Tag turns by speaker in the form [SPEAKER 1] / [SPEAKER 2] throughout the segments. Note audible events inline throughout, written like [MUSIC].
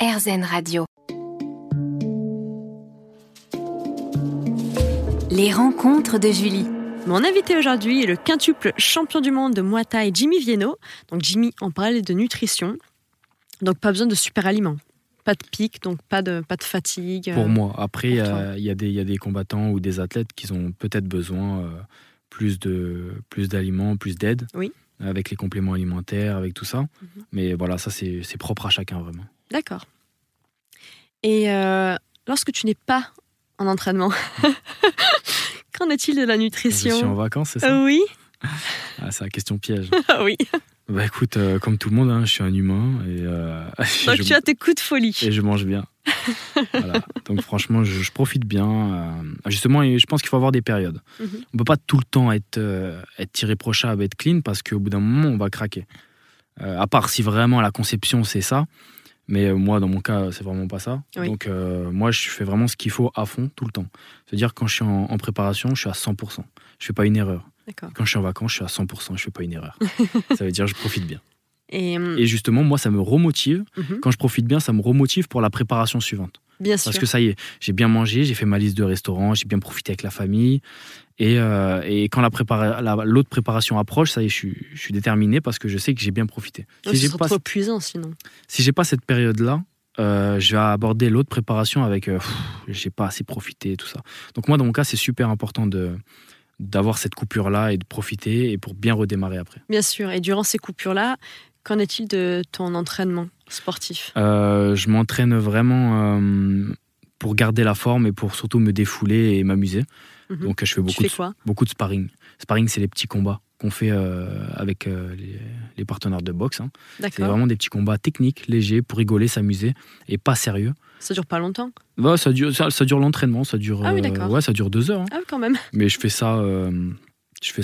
[SPEAKER 1] RZN Radio. Les rencontres de Julie.
[SPEAKER 2] Mon invité aujourd'hui est le quintuple champion du monde de Muay Thai, Jimmy Vienno. Donc Jimmy, on parlait de nutrition, donc pas besoin de super aliments. Pas de pic, donc pas de, pas de fatigue. euh.
[SPEAKER 3] Pour moi. Après,
[SPEAKER 2] pour toi.
[SPEAKER 3] euh, il y, a des- il y a des combattants ou des athlètes qui ont peut-être besoin euh, plus de plus d'aliments, plus d'aide.
[SPEAKER 2] Oui. Mhm.
[SPEAKER 3] Avec les compléments alimentaires, avec tout ça. Mais voilà, ça, c'est c'est propre à chacun, vraiment.
[SPEAKER 2] D'accord. Et euh, lorsque tu n'es pas en entraînement, [LAUGHS] qu'en est-il de la
[SPEAKER 3] Je suis en
[SPEAKER 2] nutrition
[SPEAKER 3] vacances, c'est ça
[SPEAKER 2] Ah Oui, [LAUGHS]
[SPEAKER 3] Ah, C'est la question piège.
[SPEAKER 2] ah oui.
[SPEAKER 3] bah écoute, euh, comme tout le monde, hein, je suis un humain et, euh, [LAUGHS]
[SPEAKER 2] Donc
[SPEAKER 3] je,
[SPEAKER 2] tu as tes coups de folie.
[SPEAKER 3] et je
[SPEAKER 2] [LAUGHS]
[SPEAKER 3] mange bien. Voilà. Donc franchement, je, je profite bien. euh, justement, et je pense qu'il faut avoir des périodes.
[SPEAKER 2] Mhm.
[SPEAKER 3] On peut pas tout le temps être, euh, être irréprochable, être clean, parce qu'au bout d'un moment, on va craquer. Euh, à part si vraiment la conception, c'est ça. Mais euh, moi, dans mon cas, c'est vraiment pas ça.
[SPEAKER 2] Oui.
[SPEAKER 3] Donc euh, moi, je fais vraiment ce qu'il faut à fond, tout le temps. C'est-à-dire, quand je suis en, en préparation, je suis à 100%. Je fais pas une erreur.
[SPEAKER 2] D'accord.
[SPEAKER 3] Quand je suis en vacances, je suis à 100%, je fais pas
[SPEAKER 2] [LAUGHS]
[SPEAKER 3] une erreur. ça veut dire, je profite bien.
[SPEAKER 2] Et, euh,
[SPEAKER 3] Et justement, moi, ça me remotive.
[SPEAKER 2] mhm,
[SPEAKER 3] Quand je profite bien, ça me remotive pour la préparation suivante.
[SPEAKER 2] bien sûr.
[SPEAKER 3] Parce que ça y est, j'ai bien mangé, j'ai fait ma liste de restaurants, j'ai bien profité avec la famille. Et, euh, et quand l'autre la prépara- la- l'autre préparation approche, ça y est, je suis, je suis déterminé parce que je sais que j'ai bien profité.
[SPEAKER 2] Donc,
[SPEAKER 3] Si
[SPEAKER 2] ce
[SPEAKER 3] j'ai
[SPEAKER 2] serait
[SPEAKER 3] pas,
[SPEAKER 2] trop épuisant sinon.
[SPEAKER 3] si j'ai pas cette période-là, euh, je vais aborder l'autre préparation avec euh, Pff, j'ai pas assez profité et tout ça. Donc moi, dans mon cas, c'est super important de d'avoir cette coupure-là et de profiter et pour bien redémarrer après.
[SPEAKER 2] Bien sûr. Et durant ces coupures-là, qu'en est-il de ton entraînement sportif
[SPEAKER 3] Euh, je m'entraîne vraiment euh, pour garder la forme et pour surtout me défouler et m'amuser.
[SPEAKER 2] Mhm.
[SPEAKER 3] Donc je fais
[SPEAKER 2] Tu
[SPEAKER 3] beaucoup
[SPEAKER 2] fais
[SPEAKER 3] de,
[SPEAKER 2] quoi
[SPEAKER 3] beaucoup de sparring. Sparring, c'est les petits combats qu'on fait euh, avec euh, les, les partenaires de boxe. hein. C'est
[SPEAKER 2] D'accord.
[SPEAKER 3] vraiment des petits combats techniques, légers, pour rigoler, s'amuser et pas sérieux.
[SPEAKER 2] Ça dure pas longtemps.
[SPEAKER 3] Bah, ça dure, ça, ça dure l'entraînement, ça dure,
[SPEAKER 2] Ah oui,
[SPEAKER 3] euh,
[SPEAKER 2] d'accord.
[SPEAKER 3] ouais, ça dure deux heures. hein.
[SPEAKER 2] Ah, quand même.
[SPEAKER 3] Mais je fais ça, euh, je fais,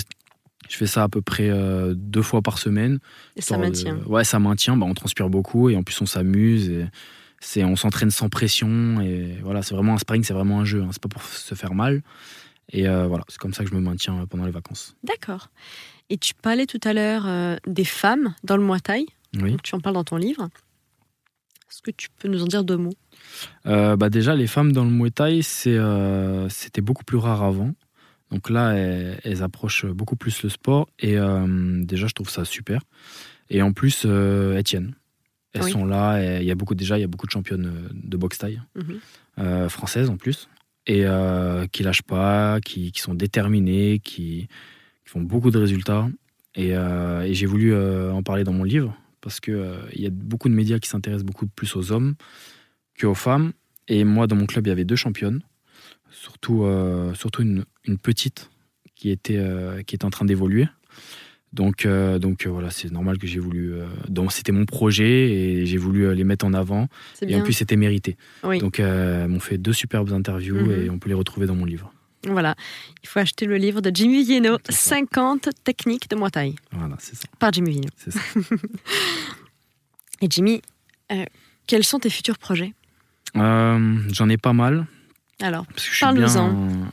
[SPEAKER 3] je fais ça à peu près euh, deux fois par semaine.
[SPEAKER 2] Et ça
[SPEAKER 3] Histoire de-
[SPEAKER 2] maintient.
[SPEAKER 3] Ouais, ça maintient. Bah, on transpire beaucoup et en plus on s'amuse. Et c'est, on s'entraîne sans pression et voilà. C'est vraiment un sparring, c'est vraiment un jeu. hein. C'est pas pour se faire mal. Et euh, voilà, c'est comme ça que je me maintiens euh, pendant les vacances.
[SPEAKER 2] D'accord. Et tu parlais tout à l'heure euh, des femmes dans le Muay Thai.
[SPEAKER 3] Oui.
[SPEAKER 2] Donc, tu en parles dans ton livre. Est-ce que tu peux nous en dire deux mots
[SPEAKER 3] Euh, bah déjà, les femmes dans le Muay Thai, c'est, euh, c'était beaucoup plus rare avant. Donc là, elles, elles approchent beaucoup plus le sport. Et euh, déjà, je trouve ça super. Et en plus, euh, elles tiennent. Elles
[SPEAKER 2] Oui.
[SPEAKER 3] sont là. et Il y a beaucoup, déjà, il y a beaucoup de championnes euh, de boxe thaï.
[SPEAKER 2] Mhm.
[SPEAKER 3] euh, françaises en plus, et euh, qui lâchent pas, qui, qui sont déterminées, qui, qui font beaucoup de résultats. Et, euh, et j'ai voulu euh, en parler dans mon livre parce qu'il il y a beaucoup de médias qui s'intéressent beaucoup plus aux hommes qu'aux femmes. Et moi, dans mon club, il y avait deux championnes, surtout, euh, surtout une, une petite qui était, euh, qui est en train d'évoluer. Donc, euh, donc euh, voilà, c'est normal que j'ai voulu. euh, donc, c'était mon projet et j'ai voulu euh, les mettre en avant.
[SPEAKER 2] C'est
[SPEAKER 3] Et en
[SPEAKER 2] bien.
[SPEAKER 3] plus, c'était mérité.
[SPEAKER 2] Oui.
[SPEAKER 3] Donc, euh, elles m'ont fait deux superbes interviews
[SPEAKER 2] Mhm.
[SPEAKER 3] et on peut les retrouver dans mon livre.
[SPEAKER 2] Voilà. Il faut acheter le livre de Jimmy Vieno,
[SPEAKER 3] C'est ça.
[SPEAKER 2] 50 techniques de Muay Thai,
[SPEAKER 3] Voilà, c'est ça.
[SPEAKER 2] par Jimmy Vieno. [LAUGHS]
[SPEAKER 3] C'est ça.
[SPEAKER 2] Et Jimmy, euh, quels sont tes futurs projets
[SPEAKER 3] Euh, J'en ai pas mal.
[SPEAKER 2] Alors,
[SPEAKER 3] Parce que je suis
[SPEAKER 2] Parle-nous-en.
[SPEAKER 3] bien-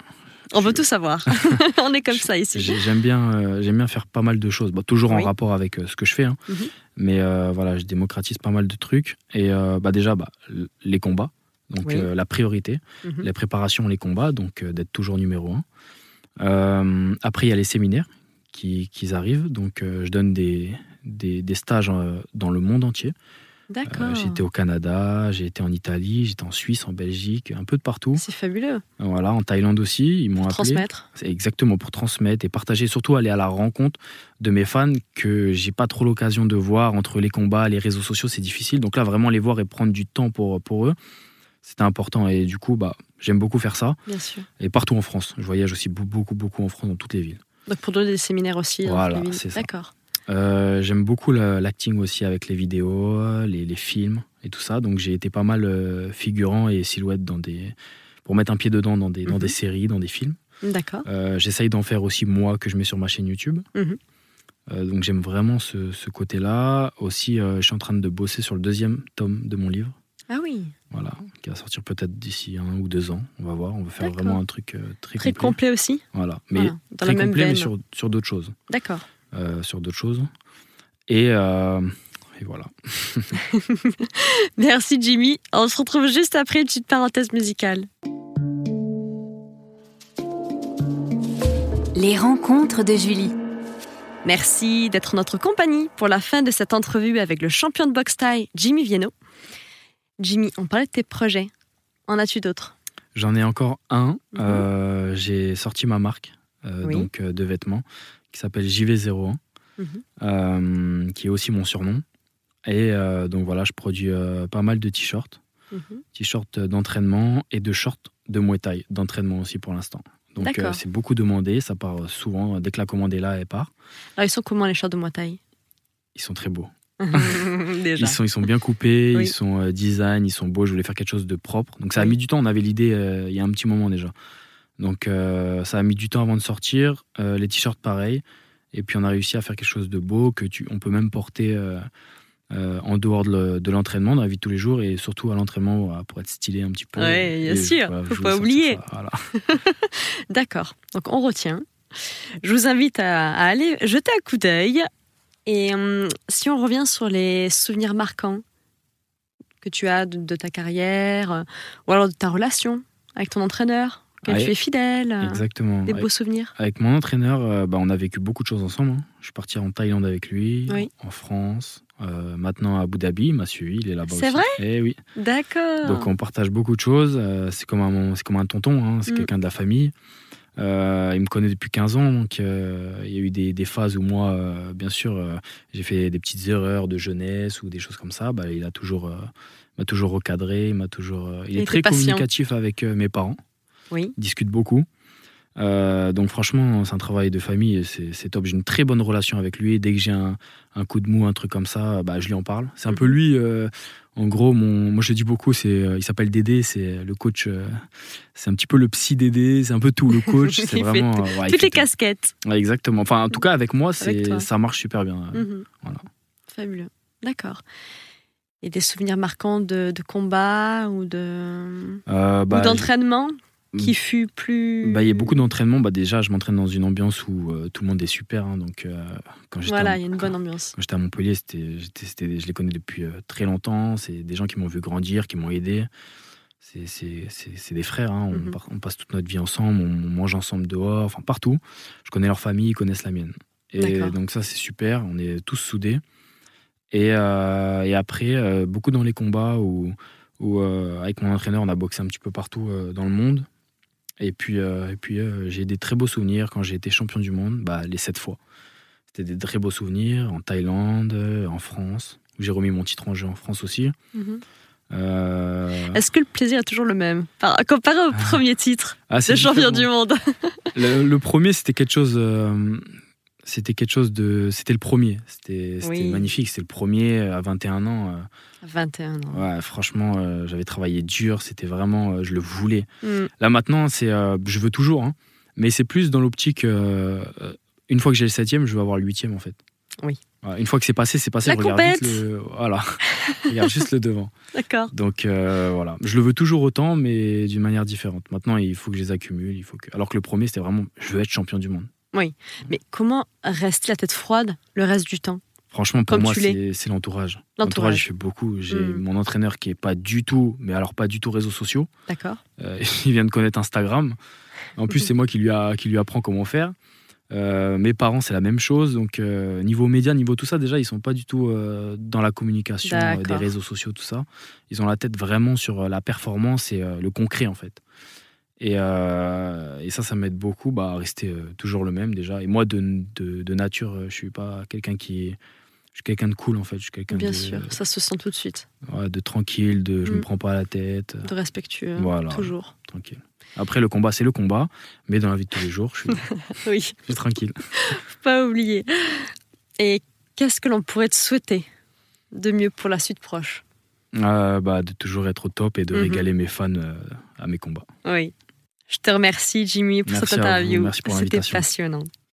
[SPEAKER 2] on
[SPEAKER 3] Je-
[SPEAKER 2] veut tout
[SPEAKER 3] [LAUGHS]
[SPEAKER 2] savoir. [LAUGHS] on est comme ça ici.
[SPEAKER 3] J'ai- J'aime bien, euh, j'aime bien faire pas mal de choses. Bon, toujours
[SPEAKER 2] Oui.
[SPEAKER 3] en rapport avec euh, ce que je fais. hein.
[SPEAKER 2] Mhm.
[SPEAKER 3] Mais euh, voilà, je démocratise pas mal de trucs. Et euh, bah, déjà, bah, l- les combats. Donc,
[SPEAKER 2] Oui.
[SPEAKER 3] euh, la priorité.
[SPEAKER 2] Mhm.
[SPEAKER 3] Les préparations, les combats. Donc, euh, d'être toujours numéro un. Euh, après, il y a les séminaires qui, qui arrivent. Donc, euh, je donne des, des, des stages euh, dans le monde entier.
[SPEAKER 2] D'accord.
[SPEAKER 3] Euh, J'étais au Canada, j'ai été en Italie, j'étais en Suisse, en Belgique, un peu de partout.
[SPEAKER 2] C'est fabuleux.
[SPEAKER 3] Voilà, en Thaïlande aussi, ils m'ont appelé.
[SPEAKER 2] Transmettre.
[SPEAKER 3] C'est exactement pour transmettre et partager, surtout aller à la rencontre de mes fans que j'ai pas trop l'occasion de voir entre les combats, les réseaux sociaux, c'est difficile. Donc là, vraiment les voir et prendre du temps pour, pour eux, c'était important. Et du coup, bah, j'aime beaucoup faire ça.
[SPEAKER 2] Bien sûr.
[SPEAKER 3] Et partout en France, je voyage aussi bou- beaucoup, beaucoup en France, dans toutes les villes.
[SPEAKER 2] Donc pour donner des séminaires aussi. dans
[SPEAKER 3] Voilà,
[SPEAKER 2] les villes.
[SPEAKER 3] c'est ça.
[SPEAKER 2] D'accord.
[SPEAKER 3] Euh, j'aime beaucoup la- l'acting aussi avec les vidéos, euh, les, les films et tout ça. Donc j'ai été pas mal euh, figurant et silhouette dans des pour mettre un pied dedans dans des, dans
[SPEAKER 2] Mhm.
[SPEAKER 3] des séries, dans des films.
[SPEAKER 2] D'accord.
[SPEAKER 3] Euh, J'essaye d'en faire aussi moi que je mets sur ma chaîne YouTube.
[SPEAKER 2] Mhm.
[SPEAKER 3] Euh, donc j'aime vraiment ce, ce côté-là. Aussi, euh, je suis en train de bosser sur le deuxième tome de mon livre.
[SPEAKER 2] Ah oui.
[SPEAKER 3] Voilà, qui va sortir peut-être d'ici un ou deux ans. On va voir. On va faire
[SPEAKER 2] D'accord.
[SPEAKER 3] vraiment un truc euh, très,
[SPEAKER 2] Très
[SPEAKER 3] complet.
[SPEAKER 2] complet aussi.
[SPEAKER 3] Voilà, mais
[SPEAKER 2] Voilà, dans la
[SPEAKER 3] très
[SPEAKER 2] même
[SPEAKER 3] complet, mais
[SPEAKER 2] veine.
[SPEAKER 3] sur, sur d'autres choses
[SPEAKER 2] D'accord.
[SPEAKER 3] euh, sur d'autres choses. Et euh, Et voilà.
[SPEAKER 2] [LAUGHS] Merci Jimmy. On se retrouve juste après une petite parenthèse musicale.
[SPEAKER 1] Les rencontres de Julie.
[SPEAKER 2] Merci d'être notre compagnie pour la fin de cette entrevue avec le champion de boxe thaï, Jimmy Vieno. Jimmy, on parlait de tes projets. En as-tu d'autres
[SPEAKER 3] J'en ai encore un. Euh, J'ai sorti ma marque euh,
[SPEAKER 2] Mhm. Oui.
[SPEAKER 3] donc euh, de vêtements qui s'appelle JV01,
[SPEAKER 2] Mhm.
[SPEAKER 3] euh, qui est aussi mon surnom. Et euh, donc voilà, je produis euh, pas mal de t-shirts,
[SPEAKER 2] Mhm.
[SPEAKER 3] t-shirts d'entraînement et de shorts de Muay Thai, d'entraînement aussi pour l'instant. Donc
[SPEAKER 2] D'accord.
[SPEAKER 3] euh, c'est beaucoup demandé, ça part euh, souvent. Dès que la commande est là, elle part.
[SPEAKER 2] Alors, ils sont comment les chats de Muay Thai
[SPEAKER 3] Ils sont très beaux.
[SPEAKER 2] [LAUGHS] Déjà.
[SPEAKER 3] Ils sont, ils sont bien coupés,
[SPEAKER 2] Oui.
[SPEAKER 3] ils sont euh, design, ils sont beaux. Je voulais faire quelque chose de propre. Donc ça a
[SPEAKER 2] Oui.
[SPEAKER 3] mis du temps. On avait l'idée euh, il y a un petit moment déjà. Donc euh, ça a mis du temps avant de sortir. Euh, les t-shirts pareil. Et puis on a réussi à faire quelque chose de beau que tu, on peut même porter euh, euh, en dehors de le- de l'entraînement, dans la vie de tous les jours et surtout à l'entraînement voilà, pour être stylé un petit peu.
[SPEAKER 2] Ouais, bien
[SPEAKER 3] Et
[SPEAKER 2] sûr,
[SPEAKER 3] voilà, je
[SPEAKER 2] faut
[SPEAKER 3] voulais
[SPEAKER 2] pas
[SPEAKER 3] sortir
[SPEAKER 2] oublier.
[SPEAKER 3] ça, voilà.
[SPEAKER 2] D'accord. Donc on retient. Je vous invite à, à aller jeter un coup d'œil. Et hum, si on revient sur les souvenirs marquants que tu as de, de ta carrière, euh, ou alors de ta relation avec ton entraîneur, que
[SPEAKER 3] Ouais.
[SPEAKER 2] tu es fidèle, euh,
[SPEAKER 3] Exactement.
[SPEAKER 2] des
[SPEAKER 3] Ouais.
[SPEAKER 2] beaux souvenirs.
[SPEAKER 3] Avec mon entraîneur, euh, bah, on a vécu beaucoup de choses ensemble. hein. Je suis parti en Thaïlande avec lui,
[SPEAKER 2] Oui.
[SPEAKER 3] en France, euh, maintenant à Abu Dhabi, il m'a suivi, il est là-bas
[SPEAKER 2] C'est
[SPEAKER 3] aussi.
[SPEAKER 2] vrai Ah.
[SPEAKER 3] Eh oui.
[SPEAKER 2] D'accord.
[SPEAKER 3] Donc on partage beaucoup de choses. euh, c'est comme un, c'est comme un tonton, hein, c'est
[SPEAKER 2] Mm.
[SPEAKER 3] quelqu'un de la famille. Euh, il me connaît depuis 15 ans, donc euh, il y a eu des, des phases où moi, euh, bien sûr, euh, j'ai fait des petites erreurs de jeunesse ou des choses comme ça. Bah, il a toujours, euh, m'a toujours recadré, il m'a toujours. euh, il,
[SPEAKER 2] Il
[SPEAKER 3] est très
[SPEAKER 2] était patient.
[SPEAKER 3] communicatif avec euh, mes parents
[SPEAKER 2] Oui.
[SPEAKER 3] discute beaucoup. Euh, donc franchement, c'est un travail de famille, et c'est c'est top. J'ai une très bonne relation avec lui. Dès que j'ai un, un coup de mou, un truc comme ça, bah, je lui en parle. C'est un
[SPEAKER 2] Mhm.
[SPEAKER 3] peu lui, euh, en gros, mon, moi je dis beaucoup, c'est euh, il s'appelle Dédé, c'est le coach, euh, c'est un petit peu le psy Dédé, c'est un peu
[SPEAKER 2] [LAUGHS]
[SPEAKER 3] tout le coach.
[SPEAKER 2] Il
[SPEAKER 3] c'est
[SPEAKER 2] fait
[SPEAKER 3] vraiment...
[SPEAKER 2] tout-
[SPEAKER 3] euh, ouais, il
[SPEAKER 2] Toutes
[SPEAKER 3] fait
[SPEAKER 2] les
[SPEAKER 3] tout.
[SPEAKER 2] casquettes.
[SPEAKER 3] Ouais, exactement. Enfin, en tout cas, avec moi,
[SPEAKER 2] Avec
[SPEAKER 3] c'est
[SPEAKER 2] toi.
[SPEAKER 3] ça marche super bien.
[SPEAKER 2] Mhm.
[SPEAKER 3] Voilà.
[SPEAKER 2] Fabuleux. D'accord. Et des souvenirs marquants de, de combat ou de
[SPEAKER 3] Euh,
[SPEAKER 2] ou
[SPEAKER 3] bah,
[SPEAKER 2] d'entraînement
[SPEAKER 3] je-
[SPEAKER 2] qui fut plus.
[SPEAKER 3] Bah, il y a beaucoup d'entraînements. Bah, déjà, je m'entraîne dans une ambiance où euh, tout le monde est super. hein. donc, euh, quand j'étais en-
[SPEAKER 2] Voilà, il y a une
[SPEAKER 3] quand-
[SPEAKER 2] bonne ambiance.
[SPEAKER 3] Quand j'étais à Montpellier, c'était, j'étais- c'était- je les connais depuis euh, très longtemps. C'est des gens qui m'ont vu grandir, qui m'ont aidé. C'est, c'est- c'est- c'est des frères. hein. On,
[SPEAKER 2] Mhm.
[SPEAKER 3] par- on passe toute notre vie ensemble, on, on mange ensemble dehors, enfin partout. Je connais leur famille, ils connaissent la mienne. Et
[SPEAKER 2] D'accord.
[SPEAKER 3] donc ça, c'est super. On est tous soudés. Et, euh, et après, euh, beaucoup dans les combats où, où euh, avec mon entraîneur, on a boxé un petit peu partout euh, dans le monde. Et puis, euh, et puis euh, j'ai des très beaux souvenirs quand j'ai été champion du monde, bah, les sept fois. C'était des très beaux souvenirs en Thaïlande, euh, en France, où j'ai remis mon titre en jeu en France aussi.
[SPEAKER 2] Mhm.
[SPEAKER 3] Euh,
[SPEAKER 2] Est-ce que le plaisir est toujours le même par- comparé au premier
[SPEAKER 3] [LAUGHS]
[SPEAKER 2] titre
[SPEAKER 3] ah,
[SPEAKER 2] de
[SPEAKER 3] c'est
[SPEAKER 2] champion du
[SPEAKER 3] différent.
[SPEAKER 2] monde
[SPEAKER 3] Le, le premier, c'était quelque chose. euh, c'était quelque chose de. C'était le premier. C'était c'était
[SPEAKER 2] Oui.
[SPEAKER 3] magnifique. C'était le premier euh, à 21 ans. euh,
[SPEAKER 2] 21 ans.
[SPEAKER 3] Ouais, franchement, euh, j'avais travaillé dur, c'était vraiment, euh, je le voulais.
[SPEAKER 2] Mm.
[SPEAKER 3] Là maintenant, c'est, euh, je veux toujours, hein, mais c'est plus dans l'optique, euh, euh, une fois que j'ai le septième, je veux avoir le huitième en fait.
[SPEAKER 2] Oui.
[SPEAKER 3] Ouais, une fois que c'est passé, c'est passé.
[SPEAKER 2] La
[SPEAKER 3] je regarde
[SPEAKER 2] compète.
[SPEAKER 3] juste le, voilà, [LAUGHS] Je regarde juste le devant.
[SPEAKER 2] D'accord.
[SPEAKER 3] Donc euh, voilà, je le veux toujours autant, mais d'une manière différente. Maintenant, il faut que je les accumule, il faut que. Alors que le premier, c'était vraiment, je veux être champion du monde.
[SPEAKER 2] Mais comment rester la tête froide le reste du temps
[SPEAKER 3] Franchement, pour
[SPEAKER 2] Comme
[SPEAKER 3] moi,
[SPEAKER 2] tu l'es.
[SPEAKER 3] c'est c'est l'entourage. L'entourage,
[SPEAKER 2] L'entourage.
[SPEAKER 3] je fais beaucoup. J'ai
[SPEAKER 2] Mm.
[SPEAKER 3] mon entraîneur qui est pas du tout, mais alors pas du tout réseaux sociaux.
[SPEAKER 2] D'accord.
[SPEAKER 3] Euh, [LAUGHS] il vient de connaître Instagram. En plus, c'est moi qui lui, a, qui lui apprends comment faire. Euh, mes parents, c'est la même chose. Donc, euh, niveau média, niveau tout ça, déjà, ils sont pas du tout euh, dans la communication euh, des
[SPEAKER 2] D'accord.
[SPEAKER 3] réseaux sociaux, tout ça. Ils ont la tête vraiment sur euh, la performance et euh, le concret, en fait. Et, euh, et ça, ça m'aide beaucoup bah, à rester euh, toujours le même, déjà. Et moi, de, de, de nature, euh, je suis pas quelqu'un qui. est- Je suis quelqu'un de cool, en fait. Je suis quelqu'un
[SPEAKER 2] Bien
[SPEAKER 3] de,
[SPEAKER 2] sûr, ça se sent tout de suite,
[SPEAKER 3] ouais, de tranquille, de je
[SPEAKER 2] Mm.
[SPEAKER 3] me prends pas la tête.
[SPEAKER 2] de respectueux,
[SPEAKER 3] Ah. Voilà.
[SPEAKER 2] toujours. [LAUGHS]
[SPEAKER 3] tranquille. Après, le combat, c'est le combat, mais dans la vie de tous les jours, je suis,
[SPEAKER 2] Oui,
[SPEAKER 3] je suis tranquille.
[SPEAKER 2] faut pas oublier. Et qu'est-ce que l'on pourrait te souhaiter de mieux pour la suite proche
[SPEAKER 3] Euh, bah, de toujours être au top et de
[SPEAKER 2] Mhm.
[SPEAKER 3] régaler mes fans euh, à mes combats.
[SPEAKER 2] Oui. Je te remercie, Jimmy, pour
[SPEAKER 3] Merci
[SPEAKER 2] cette
[SPEAKER 3] à vous,
[SPEAKER 2] interview.
[SPEAKER 3] merci pour
[SPEAKER 2] C'était
[SPEAKER 3] l'invitation.
[SPEAKER 2] passionnant.